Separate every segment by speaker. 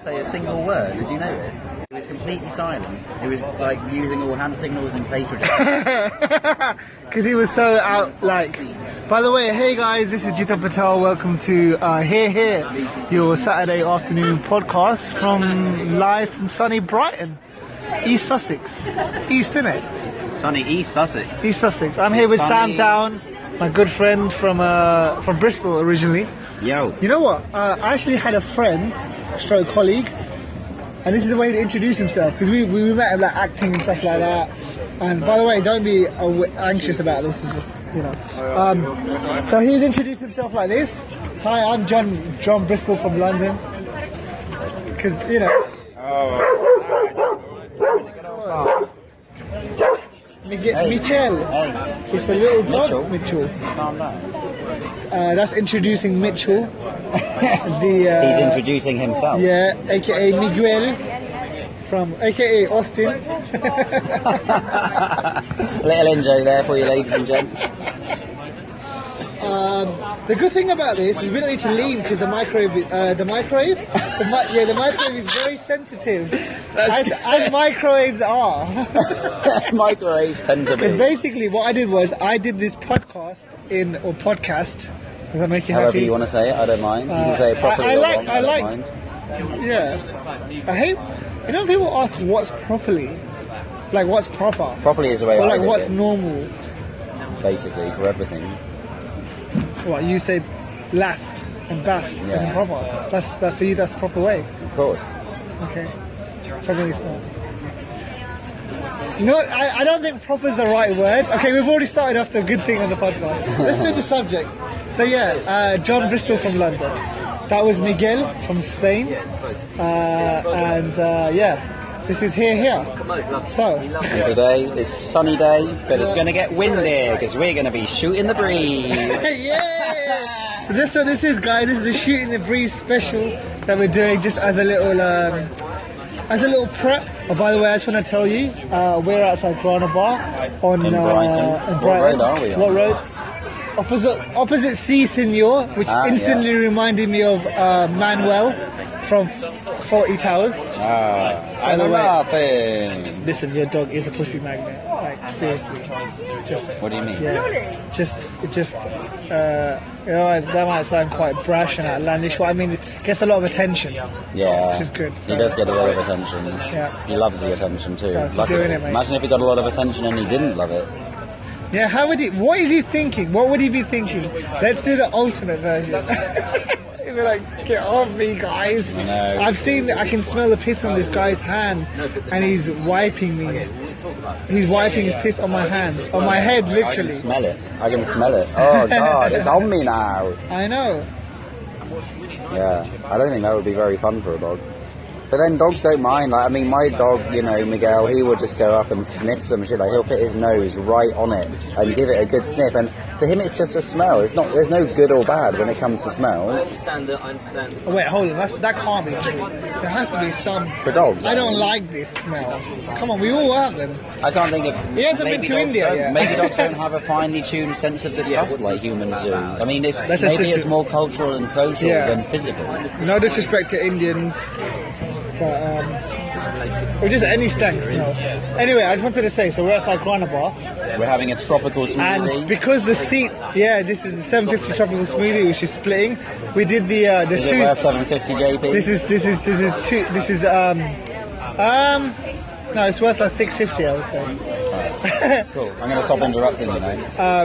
Speaker 1: say a single word. Did you notice? It was completely silent. It was like using all hand signals and facial gestures.
Speaker 2: Because he was so out, like. By the way, hey guys, this is Jitan Patel. Welcome to uh, Here Here, your Saturday afternoon podcast from live from sunny Brighton, East Sussex, East innit?
Speaker 1: Sunny East E Sussex.
Speaker 2: East Sussex. I'm here with
Speaker 1: Sunny.
Speaker 2: Sam Down, my good friend from uh, from Bristol originally.
Speaker 1: Yo.
Speaker 2: You know what? Uh, I actually had a friend, stroke colleague, and this is the way to introduce himself because we, we met him like acting and stuff like that. And by the way, don't be aw- anxious about this. It's just you know. Um, so he's introduced himself like this. Hi, I'm John John Bristol from London. Because you know. Miguel, Michel.
Speaker 1: Hey,
Speaker 2: It's a little dog, Mitchell.
Speaker 1: calm down.
Speaker 2: Uh, that's introducing Mitchell. the uh,
Speaker 1: He's introducing himself.
Speaker 2: Yeah, aka Miguel from aka Austin.
Speaker 1: Little in joke there for you, ladies and gents.
Speaker 2: The good thing about this is we don't need to lean because the microwave, uh, the microwave, the mi- yeah, the microwave is very sensitive, as, as microwaves are.
Speaker 1: Microwaves tend to
Speaker 2: Because
Speaker 1: be.
Speaker 2: basically, what I did was I did this podcast in or podcast. Does that make you
Speaker 1: However
Speaker 2: happy?
Speaker 1: you want to say it, I don't mind. you can say it
Speaker 2: Uh,
Speaker 1: properly.
Speaker 2: I- I
Speaker 1: or
Speaker 2: like-
Speaker 1: wrong,
Speaker 2: I
Speaker 1: don't
Speaker 2: like-
Speaker 1: mind.
Speaker 2: yeah. I hate. You know, when people ask what's properly, like what's proper,
Speaker 1: Properly is the way
Speaker 2: or
Speaker 1: I
Speaker 2: like
Speaker 1: live
Speaker 2: what's
Speaker 1: it,
Speaker 2: normal.
Speaker 1: basically, for everything.
Speaker 2: What you say, last and best isn't
Speaker 1: Yeah.
Speaker 2: proper. That's that for you. That's the proper way.
Speaker 1: Of course.
Speaker 2: Okay. Probably it's not. No, I, I don't think proper is the right word. Okay, we've already started off to a good thing on the podcast. Let's do the subject. So yeah, uh, John Bristol from London. That was Miguel from Spain. Uh, and uh, yeah, this is here, here. So,
Speaker 1: And today is sunny day because it's going to get windy because we're going to be shooting the breeze.
Speaker 2: yeah. So this one, this is guys, this is the shooting the breeze special that we're doing just as a little, um, as a little prep. Oh, by the way, I just want to tell you, uh, we're outside Grana Bar on
Speaker 1: In
Speaker 2: uh,
Speaker 1: Brighton.
Speaker 2: in
Speaker 1: What road
Speaker 2: Brighton.
Speaker 1: are we on?
Speaker 2: What road? Opposite, opposite C Senor, which
Speaker 1: Ah,
Speaker 2: instantly reminded me of uh, Manuel from Forty Towers.
Speaker 1: Ah,
Speaker 2: By the
Speaker 1: I'm
Speaker 2: way-
Speaker 1: laughing.
Speaker 2: Listen, your dog is a pussy magnet. Like seriously, just
Speaker 1: What do you mean?
Speaker 2: yeah, just just uh, you know, that might sound quite brash and outlandish, but I mean, it gets a lot of attention.
Speaker 1: Yeah.
Speaker 2: Which is good, so-
Speaker 1: He does get a lot of attention.
Speaker 2: Yeah.
Speaker 1: He loves the attention too.
Speaker 2: Yeah, he's
Speaker 1: Luckily.
Speaker 2: doing it, mate.
Speaker 1: Imagine if he got a lot of attention and he didn't love it.
Speaker 2: Yeah, how would he? What is he thinking? What would he be thinking? Let's do the alternate version. He'd be like, get off me, guys.
Speaker 1: know.
Speaker 2: I've seen, I can smell the piss on this guy's hand, and he's wiping me. He's wiping his piss on my hand, on my head,
Speaker 1: I can
Speaker 2: literally.
Speaker 1: smell it. I can smell it. Oh god, it's on me now.
Speaker 2: I know.
Speaker 1: Yeah. I don't think that would be very fun for a dog. But then dogs don't mind. Like I mean, my dog, you know, Miguel, he would just go up and sniff some shit. Like he'll put his nose right on it and give it a good sniff. And to him, it's just a smell. It's not. There's no good or bad when it comes to smells
Speaker 3: Standard, I understand.
Speaker 2: Oh, wait, hold on. That's, that can't be true. There has to be some.
Speaker 1: for dogs.
Speaker 2: I don't
Speaker 1: mean.
Speaker 2: like this smell. Come on, we all have them.
Speaker 1: I can't think of.
Speaker 2: He hasn't
Speaker 1: maybe
Speaker 2: been to
Speaker 1: dogs
Speaker 2: India
Speaker 1: don't-
Speaker 2: yet.
Speaker 1: Maybe dogs don't have a finely tuned sense of disgust like humans do. I mean, it's,
Speaker 2: That's just
Speaker 1: maybe
Speaker 2: a-
Speaker 1: it's more cultural and social
Speaker 2: Yeah.
Speaker 1: than physical.
Speaker 2: No disrespect to Indians, but um, or just any stank smell. Anyway, I just wanted to say, so we're outside Guana Bar,
Speaker 1: We're having a tropical
Speaker 2: and
Speaker 1: smoothie.
Speaker 2: because the seat, yeah, this is the 750 tropical smoothie, which is splitting. We did the uh, there's
Speaker 1: Is it worth
Speaker 2: two.
Speaker 1: 750 JP?
Speaker 2: This is this is this is two. This is um um. No, it's worth like 650, I would say.
Speaker 1: cool. I'm going to stop interrupting you, mate.
Speaker 2: Uh,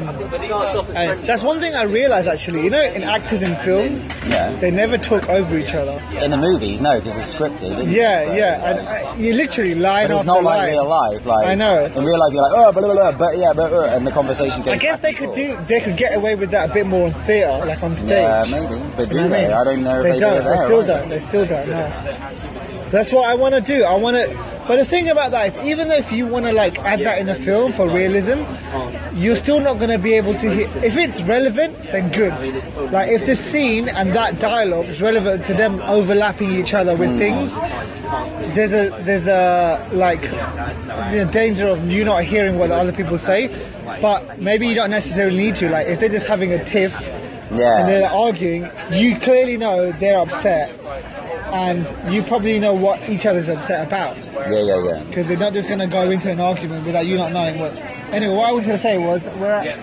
Speaker 2: And that's one thing I realised actually. You know, in actors in films,
Speaker 1: Yeah.
Speaker 2: they never talk over each other.
Speaker 1: In the movies, no, because it's scripted. isn't it? So,
Speaker 2: Yeah, yeah, and uh, you literally line
Speaker 1: But
Speaker 2: off
Speaker 1: it's
Speaker 2: the
Speaker 1: not like
Speaker 2: line.
Speaker 1: real life. Like
Speaker 2: I know.
Speaker 1: In real life, you're like, oh, blah, blah, blah, but yeah, but, uh, and the conversation goes.
Speaker 2: I guess
Speaker 1: back
Speaker 2: they
Speaker 1: and
Speaker 2: could
Speaker 1: forth.
Speaker 2: do. They could get away with that a bit more on theatre, like on stage.
Speaker 1: Yeah, maybe. But do
Speaker 2: You know what
Speaker 1: they? I don't know if
Speaker 2: They,
Speaker 1: they,
Speaker 2: don't.
Speaker 1: do it
Speaker 2: they
Speaker 1: there,
Speaker 2: still
Speaker 1: right?
Speaker 2: don't. They still don't. No. That's what I want to do. I want to. But the thing about that is, even if you want to like add that in a film for realism, you're still not going to be able to hear. If it's relevant, then good. Like if the scene and that dialogue is relevant to them overlapping each other with
Speaker 1: Hmm.
Speaker 2: things, there's a there's a like the danger of you not hearing what other people say. But maybe you don't necessarily need to. Like if they're just having a tiff
Speaker 1: Yeah.
Speaker 2: and they're arguing, you clearly know they're upset. and you probably know what each other's upset about
Speaker 1: Yeah, yeah, yeah.
Speaker 2: because they're not just going to go into an argument without you not knowing what. Anyway, what I wanted to say was we're at.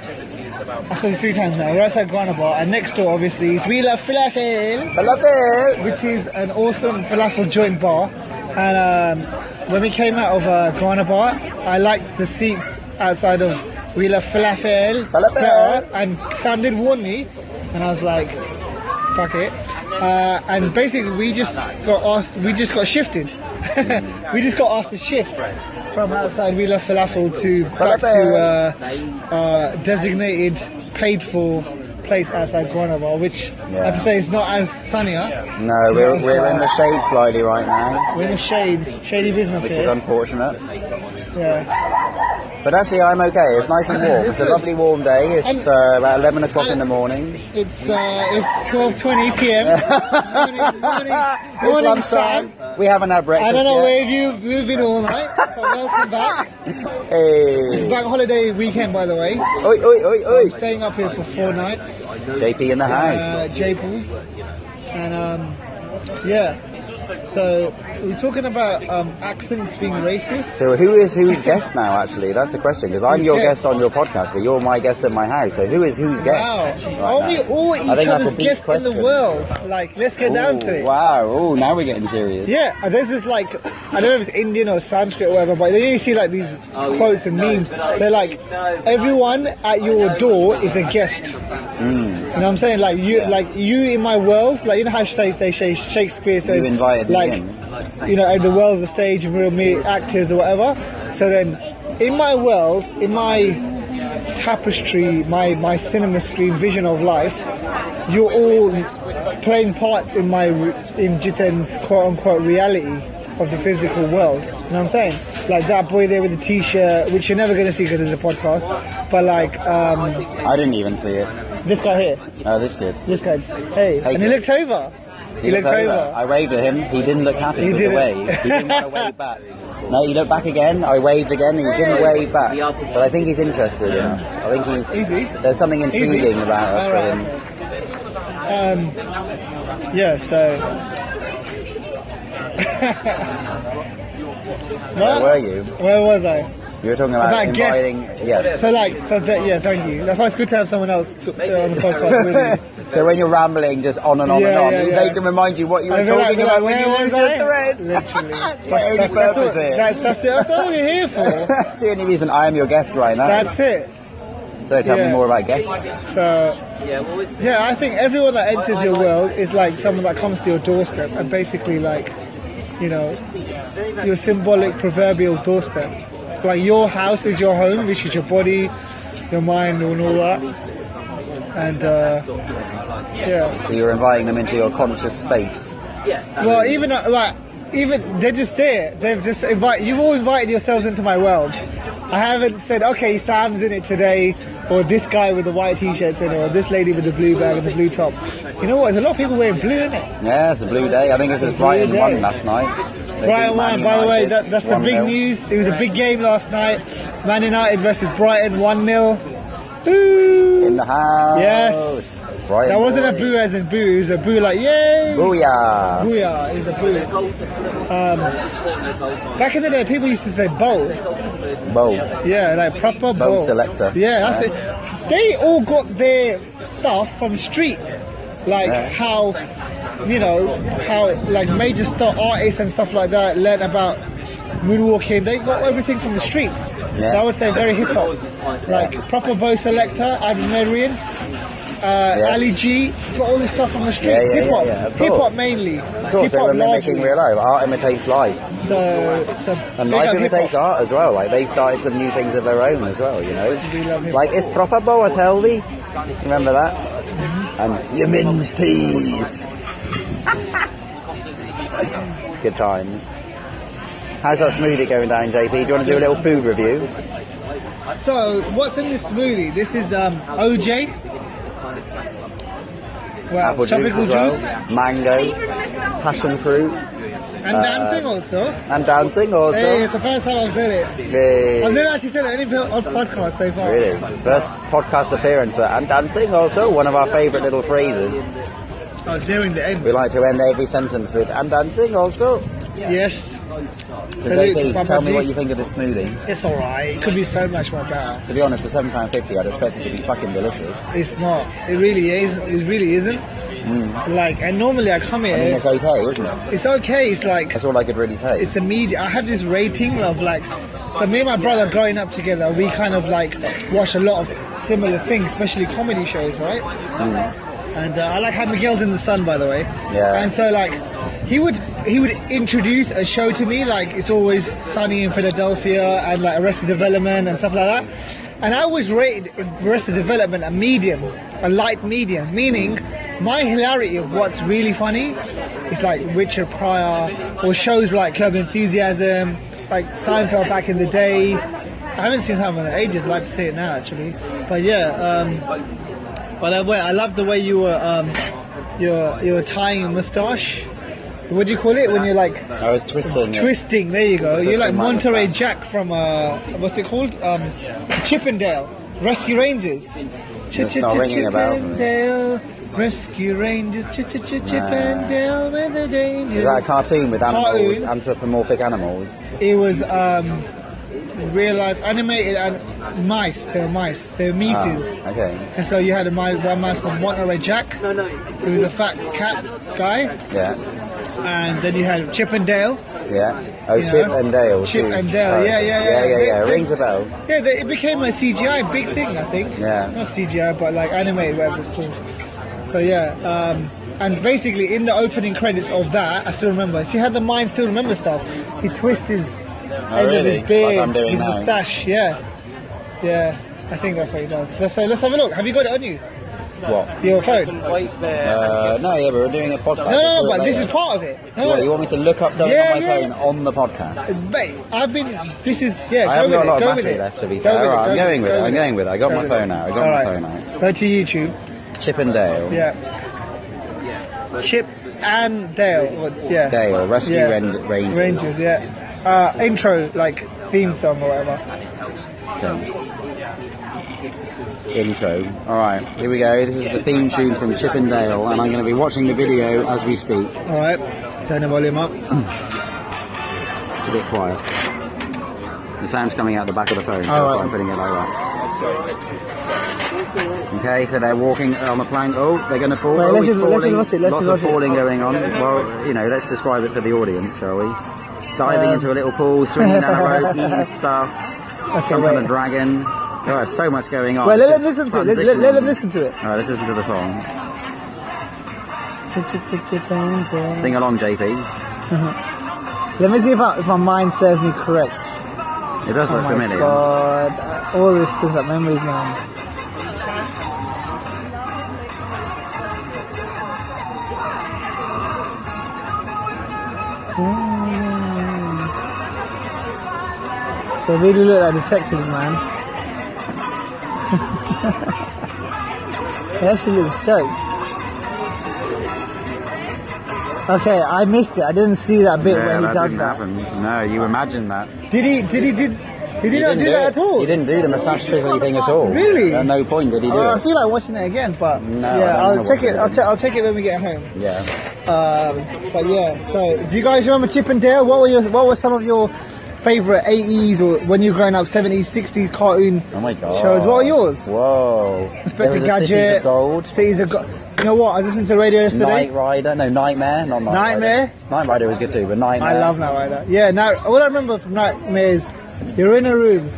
Speaker 2: I've said it three times now. We're outside Guanabara, and next door, obviously, is We Love Falafel,
Speaker 1: I love it.
Speaker 2: which is an awesome falafel joint bar. And um, when we came out of uh, Guanabara, I liked the seats outside of We Love Falafel
Speaker 1: Falafel.
Speaker 2: better. And Sam did warn me, and I was like, fuck it. Uh, and basically, we just got asked, we just got shifted. we just got asked to shift from outside We Love Falafel to back to uh, uh, designated, paid for place outside Guanabara, which I
Speaker 1: Yeah.
Speaker 2: have to say is not as sunnier.
Speaker 1: No, we're, we're in the shade slightly right now,
Speaker 2: We're in the shade, shady business
Speaker 1: which is
Speaker 2: here.
Speaker 1: unfortunate.
Speaker 2: yeah.
Speaker 1: But actually, I'm okay. It's nice and warm. It's a lovely warm day. It's uh, about 11 o'clock in the morning.
Speaker 2: It's uh, it's 12:20 p.m. morning, morning,
Speaker 1: It's
Speaker 2: Ah, morning
Speaker 1: lunchtime.
Speaker 2: time.
Speaker 1: We haven't had breakfast
Speaker 2: I don't know
Speaker 1: yet.
Speaker 2: where you've, you've been all night, but welcome back. It's
Speaker 1: Hey.
Speaker 2: bank holiday weekend, by the way.
Speaker 1: Oi, oi, oi, oi.
Speaker 2: I'm staying up here for four nights,
Speaker 1: JP in the house.
Speaker 2: uh, Japles, and um, yeah. So we're talking about um, accents being racist.
Speaker 1: So who is whose guest now? Actually, that's the question. Because I'm
Speaker 2: Who's
Speaker 1: your
Speaker 2: guest?
Speaker 1: guest on your podcast, but you're my guest at my house. So who is whose guest?
Speaker 2: Wow, are we
Speaker 1: now?
Speaker 2: all
Speaker 1: I think
Speaker 2: each
Speaker 1: that's a
Speaker 2: other's
Speaker 1: deep
Speaker 2: guests in the
Speaker 1: question.
Speaker 2: world? Like, let's get down to
Speaker 1: Ooh,
Speaker 2: it.
Speaker 1: Wow! Oh, now we're getting serious.
Speaker 2: Yeah, and there's this like I don't know if it's Indian or Sanskrit or whatever, but then you see like these quotes and memes. They're like, everyone at your door is a guest. You know what I'm saying? Like you, like you in my world. Like you know how say they say Shakespeare says,
Speaker 1: You invited me
Speaker 2: like
Speaker 1: in.
Speaker 2: you know the world's a stage and we're mere actors or whatever. So then, in my world, in my tapestry, my, my cinema screen vision of life, you're all playing parts in my in Jiten's quote unquote reality of the physical world. You know what I'm saying? Like that boy there with the t-shirt, which you're never gonna see because it's a podcast, but like um,
Speaker 1: I didn't even see it.
Speaker 2: this guy here,
Speaker 1: Oh, this kid.
Speaker 2: this guy, hey, and he
Speaker 1: kid.
Speaker 2: looked over. He, looked over.
Speaker 1: I waved at him. He didn't look happy
Speaker 2: He
Speaker 1: with
Speaker 2: didn't.
Speaker 1: the wave. He didn't want to wave back. No, he looked back again. I waved again, and he didn't wave back. But I think he's interested in us. I think he's.
Speaker 2: Easy.
Speaker 1: There's something
Speaker 2: Easy.
Speaker 1: intriguing about us
Speaker 2: All
Speaker 1: for
Speaker 2: right,
Speaker 1: him.
Speaker 2: okay. Um, yeah, so.
Speaker 1: Where
Speaker 2: No?
Speaker 1: were you?
Speaker 2: Where was I?
Speaker 1: You were talking about,
Speaker 2: About
Speaker 1: inviting.
Speaker 2: guests.
Speaker 1: Yes.
Speaker 2: So like, so that, yeah, thank you. That's why it's good to have someone else to, uh, on the podcast with you.
Speaker 1: so when you're rambling just on and on and
Speaker 2: Yeah,
Speaker 1: on,
Speaker 2: yeah,
Speaker 1: they
Speaker 2: yeah.
Speaker 1: can remind you what you were
Speaker 2: I feel
Speaker 1: talking
Speaker 2: like-
Speaker 1: about
Speaker 2: like,
Speaker 1: when you
Speaker 2: where
Speaker 1: lose
Speaker 2: was
Speaker 1: your
Speaker 2: I?
Speaker 1: thread.
Speaker 2: Literally.
Speaker 1: That's my only
Speaker 2: That's, all,
Speaker 1: purpose here.
Speaker 2: that's, that's, it. that's all we're here for.
Speaker 1: That's the only reason I am your guest right now.
Speaker 2: That's it.
Speaker 1: so tell
Speaker 2: yeah.
Speaker 1: me more about guests.
Speaker 2: So, Uh, yeah, I think everyone that enters your world is like someone that comes to your doorstep and basically like, you know, your symbolic proverbial doorstep. Like your house is your home, which is your body, your mind, and all that. And uh, yeah.
Speaker 1: So you're inviting them into your conscious space.
Speaker 2: Well, even uh, like even they're just there. They've just invite you've all invited yourselves into my world. I haven't said okay, Sam's in it today, or this guy with the white t-shirt's in it, or this lady with the blue bag and the blue top. You know what? There's a lot of people wearing blue in it.
Speaker 1: Yeah, it's a blue day. I think this is
Speaker 2: a blue
Speaker 1: Brighton
Speaker 2: day.
Speaker 1: won last night. They
Speaker 2: Brighton
Speaker 1: beat Man
Speaker 2: won, by the way.
Speaker 1: United
Speaker 2: That, that's the big
Speaker 1: 1-0.
Speaker 2: news. It was a big game last night. Man United versus Brighton, one 0 Boo!
Speaker 1: In the house.
Speaker 2: Yes.
Speaker 1: Brighton
Speaker 2: That wasn't a
Speaker 1: boy.
Speaker 2: boo as in boo. It was a boo like yay.
Speaker 1: Booyah.
Speaker 2: Booyah is a boo. Um, back in the day, people used to say bowl.
Speaker 1: Bowl.
Speaker 2: Yeah, like proper bowl.
Speaker 1: selector.
Speaker 2: Yeah, that's it. They all got their stuff from the street. Like
Speaker 1: Yeah.
Speaker 2: how, you know, how like major star artists and stuff like that learn about moonwalking. They got everything from the streets.
Speaker 1: Yeah.
Speaker 2: So I would say very hip hop. Like proper bow selector, Adam Marion, uh,
Speaker 1: Yeah.
Speaker 2: Ali G, got all this stuff from the streets.
Speaker 1: yeah, yeah,
Speaker 2: hip hop,
Speaker 1: yeah, of
Speaker 2: hip hop
Speaker 1: course.
Speaker 2: mainly,
Speaker 1: Of course,
Speaker 2: hip
Speaker 1: they were
Speaker 2: hop
Speaker 1: mimicking
Speaker 2: largely.
Speaker 1: real life. Art imitates life.
Speaker 2: So, so
Speaker 1: And
Speaker 2: big
Speaker 1: life
Speaker 2: up hip hop.
Speaker 1: imitates art as well. Like, they started some new things of their own as well, you
Speaker 2: We love
Speaker 1: know?
Speaker 2: hip-hop.
Speaker 1: Like, it's proper boa telvi. Remember that? And your min's teas. Good times. How's that smoothie going down, JP? Do you want to do a little food review?
Speaker 2: So, what's in this smoothie? This is um, OJ. Well,
Speaker 1: Apple juice
Speaker 2: tropical
Speaker 1: as
Speaker 2: juice,
Speaker 1: well. Mango. Passion fruit. Uh,
Speaker 2: and dancing also.
Speaker 1: And dancing also.
Speaker 2: Hey, it's the first time I've said it.
Speaker 1: Yay.
Speaker 2: I've never actually said it on any on podcast so far.
Speaker 1: Really? First podcast appearance uh, and dancing also, one of our favourite little phrases.
Speaker 2: I was nearing the end.
Speaker 1: We like to end every sentence with "and dancing also."
Speaker 2: Yes.
Speaker 1: So
Speaker 2: Salute
Speaker 1: JP,
Speaker 2: to Papa
Speaker 1: tell me what
Speaker 2: G.
Speaker 1: you think of this smoothie.
Speaker 2: It's alright. It could be so much more better.
Speaker 1: To be honest, for seven pound fifty, I'd expect it to be fucking delicious.
Speaker 2: It's not. It really is. It really isn't. Like, and normally I come here.
Speaker 1: Hmm. I mean, it's okay, isn't it?
Speaker 2: it's okay. It's like
Speaker 1: That's all I could really say.
Speaker 2: it's a media. I have this rating of like, so me and my brother growing up together, we kind of like watch a lot of similar things, especially comedy shows, right? And uh, I like how Miguel's in the sun, by the way.
Speaker 1: Yeah.
Speaker 2: And so like, he would he would introduce a show to me like it's always sunny in Philadelphia and like Arrested Development and stuff like that. And I always rated Arrested Development a medium, a light medium, meaning my hilarity of what's really funny is like Richard Pryor or shows like Curb Enthusiasm, like Seinfeld back in the day. I haven't seen Seinfeld in ages. I'd like to see it now actually. But yeah, um, by the way, I love the way you were um, you're you're tying your moustache. What do you call it when you're like
Speaker 1: I was twisting. it.
Speaker 2: Twisting, there you go. You're
Speaker 1: Twisting
Speaker 2: like
Speaker 1: my
Speaker 2: Monterey
Speaker 1: mustache.
Speaker 2: Jack from, uh, what's it called? Um, Chippendale. Rescue Rangers. Ch-
Speaker 1: It's not ringing a bell for me.
Speaker 2: Chippendale. Rescue Rangers. Ch- ch- ch- Chippendale. Where the
Speaker 1: Is that a
Speaker 2: dangers.
Speaker 1: cartoon with animals,
Speaker 2: Cartoon.
Speaker 1: anthropomorphic animals?
Speaker 2: It was um, real life animated and mice. They were mice. They were
Speaker 1: Ah,
Speaker 2: mices.
Speaker 1: okay.
Speaker 2: And so you had a mi- one man from Monterey Jack, who was a fat cat guy,
Speaker 1: Yeah.
Speaker 2: and then you had Chippendale.
Speaker 1: Yeah. Oh,
Speaker 2: You
Speaker 1: Chip
Speaker 2: know?
Speaker 1: and Dale.
Speaker 2: Chip
Speaker 1: too.
Speaker 2: and Dale,
Speaker 1: Oh,
Speaker 2: yeah, yeah, yeah.
Speaker 1: Yeah, yeah,
Speaker 2: They-
Speaker 1: yeah.
Speaker 2: they-
Speaker 1: Rings a bell.
Speaker 2: Yeah, they, it became a CGI big thing, I think.
Speaker 1: Yeah.
Speaker 2: Not CGI, but like anime, whatever it's called. So yeah, um, and basically in the opening credits of that, I still remember. See how the mind still remembers stuff. He twists his end of
Speaker 1: Oh, really?
Speaker 2: his beard,
Speaker 1: Like I'm doing
Speaker 2: his
Speaker 1: now.
Speaker 2: moustache. Yeah, yeah. I think that's what he does. Let's so let's have a look. Have you got it on you?
Speaker 1: What?
Speaker 2: Your phone?
Speaker 1: Uh, no, yeah, but we're doing a podcast.
Speaker 2: No, no,
Speaker 1: We'll
Speaker 2: no.
Speaker 1: do it
Speaker 2: But this is
Speaker 1: later.
Speaker 2: part of it. No,
Speaker 1: What, you
Speaker 2: no.
Speaker 1: want me to look up something
Speaker 2: Yeah,
Speaker 1: on my
Speaker 2: yeah.
Speaker 1: phone on the podcast?
Speaker 2: Mate, I've been. This is yeah.
Speaker 1: I
Speaker 2: go
Speaker 1: haven't
Speaker 2: with
Speaker 1: got a
Speaker 2: it.
Speaker 1: lot
Speaker 2: go
Speaker 1: of
Speaker 2: with
Speaker 1: battery
Speaker 2: it.
Speaker 1: left, to be
Speaker 2: Go
Speaker 1: fair.
Speaker 2: with it,
Speaker 1: Alright,
Speaker 2: go
Speaker 1: I'm going with it,
Speaker 2: go
Speaker 1: I'm going with it. I got
Speaker 2: Go
Speaker 1: my
Speaker 2: with
Speaker 1: phone out, I got my
Speaker 2: Alright.
Speaker 1: phone out.
Speaker 2: Go to YouTube.
Speaker 1: Chip and Dale.
Speaker 2: Yeah. Chip and Dale. what- Yeah.
Speaker 1: Dale, Rescue
Speaker 2: Yeah.
Speaker 1: Ren- Rangers.
Speaker 2: Rangers, yeah. Uh, intro, like theme song or whatever.
Speaker 1: Okay. Intro. Alright, here we go. This is the theme tune from Chip and Dale, and I'm going to be watching the video as we speak. It's
Speaker 2: All right. Turn the volume up.
Speaker 1: a bit quiet. The sound's coming out the back of the phone, so that's
Speaker 2: Alright.
Speaker 1: why I'm putting it like that. Okay, so they're walking on the plank. Oh, they're going to fall.
Speaker 2: Well,
Speaker 1: oh,
Speaker 2: let's
Speaker 1: he's
Speaker 2: just- let's
Speaker 1: falling.
Speaker 2: just watch it, let's
Speaker 1: Lots
Speaker 2: just
Speaker 1: of
Speaker 2: watch it.
Speaker 1: falling going on. Well, you know, let's describe it for the audience, shall we?
Speaker 2: Uh,
Speaker 1: Diving into a little pool, swinging down a rope, eating stuff.
Speaker 2: Okay,
Speaker 1: Some kind of
Speaker 2: wait.
Speaker 1: dragon. Oh, there's so much going on.
Speaker 2: Well, let
Speaker 1: It's
Speaker 2: them
Speaker 1: just
Speaker 2: listen to it. Let, let, let them listen to it.
Speaker 1: transitioning. All right, let's listen to the song.
Speaker 2: Chip, chip, chip, chip and Dale.
Speaker 1: Sing along, JP.
Speaker 2: Let me see if, I, if my mind serves me correct.
Speaker 1: It does
Speaker 2: Oh
Speaker 1: look
Speaker 2: my
Speaker 1: familiar.
Speaker 2: god. Uh, All this brings up memories now. Mm. They really look like detectives, man. it actually looks jokes. Okay, I missed it. I didn't see that bit
Speaker 1: yeah,
Speaker 2: where he
Speaker 1: that
Speaker 2: does
Speaker 1: didn't
Speaker 2: that.
Speaker 1: happen. No, you imagine that.
Speaker 2: Did he? Did he? Did? Did he not
Speaker 1: didn't
Speaker 2: do that
Speaker 1: it.
Speaker 2: at all?
Speaker 1: He didn't do the massage twizzly thing at all.
Speaker 2: Really?
Speaker 1: At no point did he do
Speaker 2: Oh, I
Speaker 1: it.
Speaker 2: feel like watching it again, but
Speaker 1: No, I
Speaker 2: yeah,
Speaker 1: don't
Speaker 2: I'll
Speaker 1: wanna
Speaker 2: check
Speaker 1: watch
Speaker 2: it.
Speaker 1: it
Speaker 2: I'll,
Speaker 1: again.
Speaker 2: check. I'll check it when we get home.
Speaker 1: Yeah.
Speaker 2: Um, but yeah, so do you guys remember Chip and Dale? What were your, what were some of your favorite 80s or when you were growing up 70s, 60s cartoon
Speaker 1: Oh my god.
Speaker 2: shows? What were yours?
Speaker 1: Whoa. There
Speaker 2: Inspector
Speaker 1: was a Cities
Speaker 2: Gadget,
Speaker 1: of Gold.
Speaker 2: Cities of Gold. You know what? I was listening to the radio yesterday.
Speaker 1: Night Rider, no Nightmare, not Night
Speaker 2: Nightmare?
Speaker 1: Rider. Night Rider was good too, but Nightmare.
Speaker 2: I love Night Rider. Yeah, now all I remember from Nightmare is you're in a room.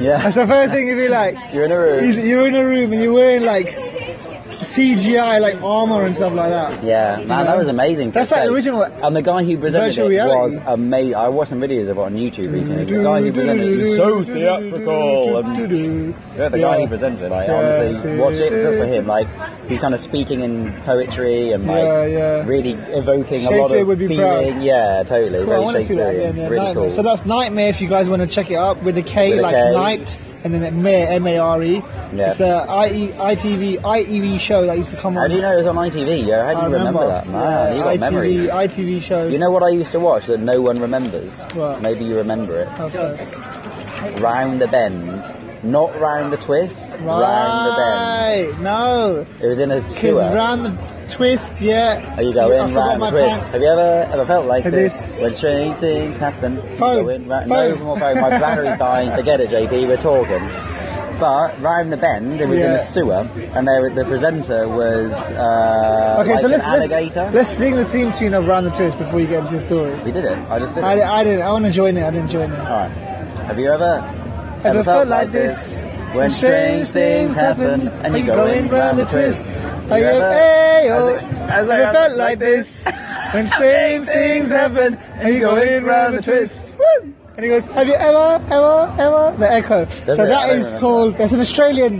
Speaker 1: Yeah,
Speaker 2: That's the first thing you'd be like.
Speaker 1: you're in a room.
Speaker 2: He's, you're in a room and you're wearing like CGI like armor and stuff like that.
Speaker 1: Yeah, man, that was amazing.
Speaker 2: That's like original
Speaker 1: And the guy who presented
Speaker 2: virtual
Speaker 1: it
Speaker 2: reality.
Speaker 1: was amazing. I watched some videos of it on YouTube recently. The guy who presented it was so theatrical. And yeah, the guy who presented it, like,
Speaker 2: Yeah.
Speaker 1: honestly, watch it just for him. Like, he's kind of speaking in poetry and, like,
Speaker 2: Yeah, yeah.
Speaker 1: really evoking a lot
Speaker 2: Shakespeare
Speaker 1: of
Speaker 2: would be proud.
Speaker 1: feeling. Yeah, totally.
Speaker 2: Cool, I
Speaker 1: Very
Speaker 2: want to see that
Speaker 1: Shakespearean.
Speaker 2: again. Yeah,
Speaker 1: really
Speaker 2: Nightmare.
Speaker 1: cool.
Speaker 2: So that's Nightmare if you guys want to check it up with a K
Speaker 1: With a
Speaker 2: like
Speaker 1: K.
Speaker 2: Night and then at Mare, M-A-R-E.
Speaker 1: Yeah.
Speaker 2: E. It's a E, IE, ITV, IEV E show that used to come on.
Speaker 1: How do you know it was on ITV? Yeah, how do you
Speaker 2: I
Speaker 1: remember. that? Man, you got
Speaker 2: ITV,
Speaker 1: memories.
Speaker 2: ITV show.
Speaker 1: You know what I used to watch that no one remembers?
Speaker 2: What?
Speaker 1: Maybe you remember it.
Speaker 2: Oh, sorry.
Speaker 1: Round the Bend. Not Round the Twist, Round the Bend.
Speaker 2: Right. No.
Speaker 1: It was in a
Speaker 2: Because
Speaker 1: sewer.
Speaker 2: round the twist, yeah.
Speaker 1: Are you going
Speaker 2: I forgot
Speaker 1: round
Speaker 2: my
Speaker 1: twist?
Speaker 2: pants.
Speaker 1: Have you ever ever felt like
Speaker 2: It
Speaker 1: this?
Speaker 2: is.
Speaker 1: When strange things happen. you
Speaker 2: Phone.
Speaker 1: go in round- no,
Speaker 2: Phone.
Speaker 1: more phone. My battery's dying. Forget it, JP. We're talking. But round the bend, it was in
Speaker 2: Yeah.
Speaker 1: a sewer, and there the presenter was uh,
Speaker 2: Okay,
Speaker 1: like
Speaker 2: so
Speaker 1: an
Speaker 2: let's,
Speaker 1: alligator.
Speaker 2: let's let's sing the theme tune of Round the Twist before you get into your story.
Speaker 1: we did it. I just did
Speaker 2: I,
Speaker 1: it.
Speaker 2: I didn't. I want to join it. I didn't join it.
Speaker 1: All right. Have you ever
Speaker 2: Ever felt like this?
Speaker 1: When strange things happen, and you go in round the twist.
Speaker 2: Are you ever,
Speaker 1: As I
Speaker 2: ever felt like this? When strange things happen, and you go in round the twist. Woo! And he goes, "Have you ever, ever, ever?" The echo. so
Speaker 1: it? I
Speaker 2: that
Speaker 1: don't
Speaker 2: is
Speaker 1: remember.
Speaker 2: called. There's an Australian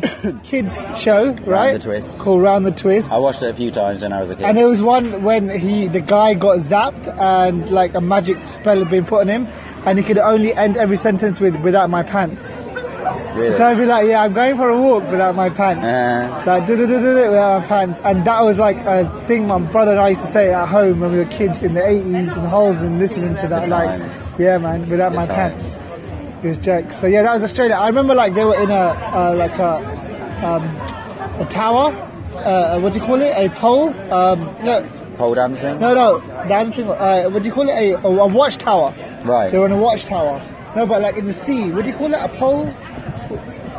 Speaker 2: kids show, right?
Speaker 1: the Twist.
Speaker 2: Called Round the Twist.
Speaker 1: I watched it a few times when I was a kid.
Speaker 2: And there was one when he, the guy got zapped and like a magic spell had been put on him, and he could only end every sentence with "without my pants."
Speaker 1: really.
Speaker 2: So I'd be like, "Yeah, I'm going for a walk without my pants."
Speaker 1: Uh,
Speaker 2: Like do do do do do without my pants, and that was like a thing my brother and I used to say at home when we were kids in the 80s and halls and listening to that.
Speaker 1: Good
Speaker 2: Like,
Speaker 1: times.
Speaker 2: yeah, man, without my
Speaker 1: times.
Speaker 2: pants, it was jokes. So yeah, that was Australia. I remember like they were in a uh, like a um, a tower. Uh, what do you call it? A pole? Um, no,
Speaker 1: pole dancing.
Speaker 2: no, no, dancing. Uh, what do you call it? A, a, a watchtower.
Speaker 1: Right.
Speaker 2: They're on a watchtower. No, but like in the sea. What do you call it? A pole?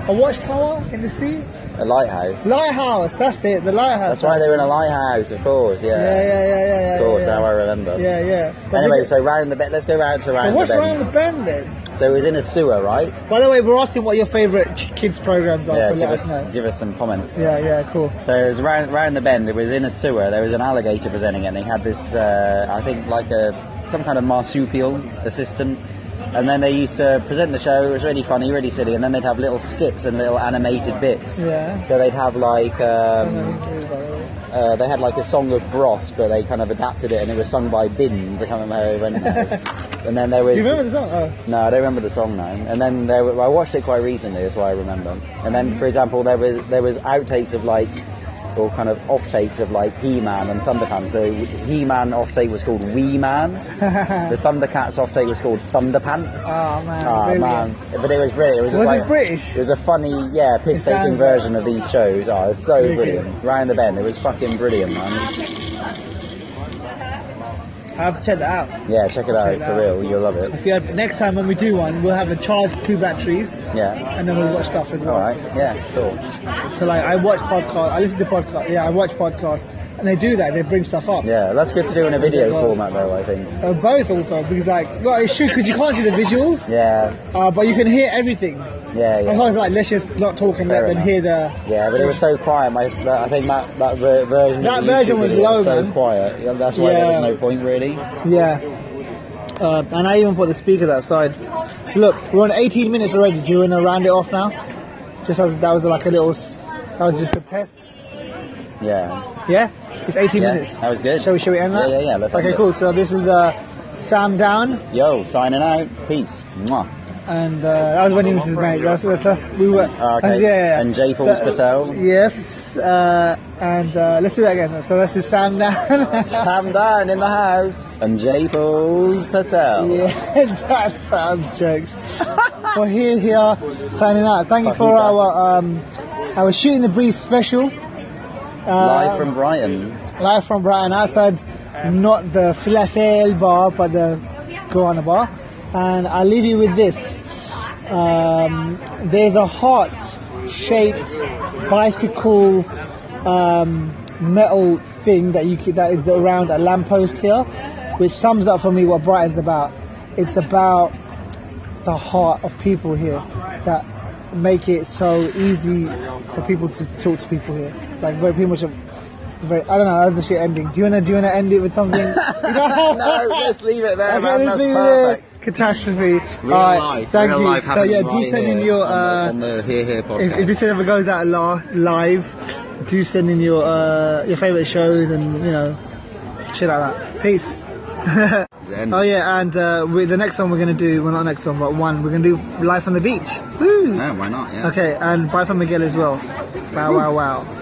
Speaker 2: A watchtower in the sea?
Speaker 1: A lighthouse.
Speaker 2: Lighthouse. That's it. The lighthouse.
Speaker 1: That's why they were in a lighthouse, of course. Yeah.
Speaker 2: Yeah, yeah, yeah, yeah. yeah
Speaker 1: Of course,
Speaker 2: yeah.
Speaker 1: how I remember.
Speaker 2: Yeah, yeah. But
Speaker 1: Anyway,
Speaker 2: they-
Speaker 1: so round the bend. Let's go round to round
Speaker 2: so what's
Speaker 1: the bend.
Speaker 2: around the bend then?
Speaker 1: So it was in a sewer, right?
Speaker 2: By the way, we're asking what your favourite ch- kids programs are.
Speaker 1: yeah.
Speaker 2: so
Speaker 1: Give
Speaker 2: let us
Speaker 1: us,
Speaker 2: know.
Speaker 1: give us some comments.
Speaker 2: Yeah, yeah, cool.
Speaker 1: So it was round, round the bend. It was in a sewer. There was an alligator presenting, it, and he had this, uh, I think, like a some kind of marsupial assistant. And then they used to present the show. It was really funny, really silly. And then they'd have little skits and little animated bits.
Speaker 2: Yeah. Uh-huh.
Speaker 1: So they'd have like um, uh, they had like a song of Bros, but they kind of adapted it, and it was sung by Bins. I can't remember when. and then there was
Speaker 2: Do you remember the song? Oh,
Speaker 1: no, I don't remember the song now. And then there, were- I watched it quite recently, that's why I remember. And then, for example, there was there was outtakes of like, or kind of offtakes of like He-Man and Thundercat. So He-Man offtake was called Wee-Man. the Thundercats offtake was called Thunderpants.
Speaker 2: Oh, man,
Speaker 1: Ah,
Speaker 2: brilliant.
Speaker 1: man. But it was brilliant. It was, just
Speaker 2: Was it
Speaker 1: like,
Speaker 2: British?
Speaker 1: It was a funny, yeah, piss-taking
Speaker 2: sounds-
Speaker 1: version of these shows. Oh, it was so
Speaker 2: Wicked.
Speaker 1: brilliant. Round the bend, it was fucking brilliant, man.
Speaker 2: I have to check that out.
Speaker 1: Yeah, check it out
Speaker 2: it
Speaker 1: for
Speaker 2: out.
Speaker 1: real. You'll love it.
Speaker 2: If you had next time when we do one, we'll have a charge two batteries.
Speaker 1: Yeah.
Speaker 2: and then we'll watch stuff as well.
Speaker 1: All right. Yeah. Sure.
Speaker 2: So like I watch podcast, I listen to podcast. Yeah, I watch podcasts, and they do that. They bring stuff up.
Speaker 1: Yeah, that's good to do in a video format, though. I think.
Speaker 2: Uh, both also because like well it's true because you can't see the visuals,
Speaker 1: Yeah,
Speaker 2: uh, but you can hear everything.
Speaker 1: yeah,
Speaker 2: That's
Speaker 1: yeah.
Speaker 2: why I was like, let's just not talk and
Speaker 1: Fair
Speaker 2: let them
Speaker 1: enough.
Speaker 2: hear the.
Speaker 1: Yeah, but it was so quiet. My, that, I think that that ver- version.
Speaker 2: That
Speaker 1: of the
Speaker 2: version
Speaker 1: YouTube
Speaker 2: was
Speaker 1: video
Speaker 2: low,
Speaker 1: so
Speaker 2: man.
Speaker 1: quiet. Yeah, That's why there
Speaker 2: Yeah.
Speaker 1: was no point really.
Speaker 2: Yeah. Uh, and I even put the speaker that side. So look, we're on 18 minutes already. Do you want to round it off now? Just as that was like a little, s- that was just a test.
Speaker 1: Yeah,
Speaker 2: Yeah, it's 18
Speaker 1: Yeah,
Speaker 2: minutes.
Speaker 1: that was good.
Speaker 2: Shall we? Shall we end that?
Speaker 1: Yeah, yeah, yeah, let's
Speaker 2: okay,
Speaker 1: end it.
Speaker 2: cool. So this is uh, Sam Down.
Speaker 1: yo, signing out. Peace. Mwah.
Speaker 2: and uh, that was when he was his mate. That's, that's, that's we were.
Speaker 1: Ah, okay.
Speaker 2: and yeah, yeah, yeah.
Speaker 1: And Jay Paul's Patel.
Speaker 2: Yes, uh, and uh, let's do that again. So this is Sam Dan.
Speaker 1: Sam down in the house. And J Pauls Patel.
Speaker 2: yeah, that sounds jokes. We're here, here, signing out. Thank you for
Speaker 1: Fucking
Speaker 2: our um, our shooting the breeze special
Speaker 1: Live from Brighton.
Speaker 2: live from Brighton outside, not the falafel bar, but the Goana bar. And I'll leave you with this. Um, there's a heart-shaped bicycle um, metal thing that you could, that is around a lamppost here, which sums up for me what Brighton's about. It's about the heart of people here that make it so easy for people to talk to people here. Like very pretty much a very I don't know, that's the shit ending. Do you wanna do you wanna end it with something?
Speaker 1: No, Oh, let's leave it there,
Speaker 2: Okay,
Speaker 1: man.
Speaker 2: let's
Speaker 1: That's
Speaker 2: leave it there.
Speaker 1: perfect.
Speaker 2: Catastrophe.
Speaker 1: Real
Speaker 2: Alright,
Speaker 1: life.
Speaker 2: Thank
Speaker 1: real
Speaker 2: you.
Speaker 1: Life
Speaker 2: so
Speaker 1: happening
Speaker 2: yeah, do
Speaker 1: right
Speaker 2: send in
Speaker 1: here
Speaker 2: your uh,
Speaker 1: on the, on the Here Here podcast.
Speaker 2: if, if this ever goes out la- live, do send in your uh, your favourite shows and you know shit like that. Peace.
Speaker 1: Zen.
Speaker 2: Oh yeah, and uh, we, the next one we're gonna do well not next one but one we're gonna do life on the beach. Woo!
Speaker 1: No, why not? Yeah.
Speaker 2: Okay, and bye for Miguel as well. Bow wow wow.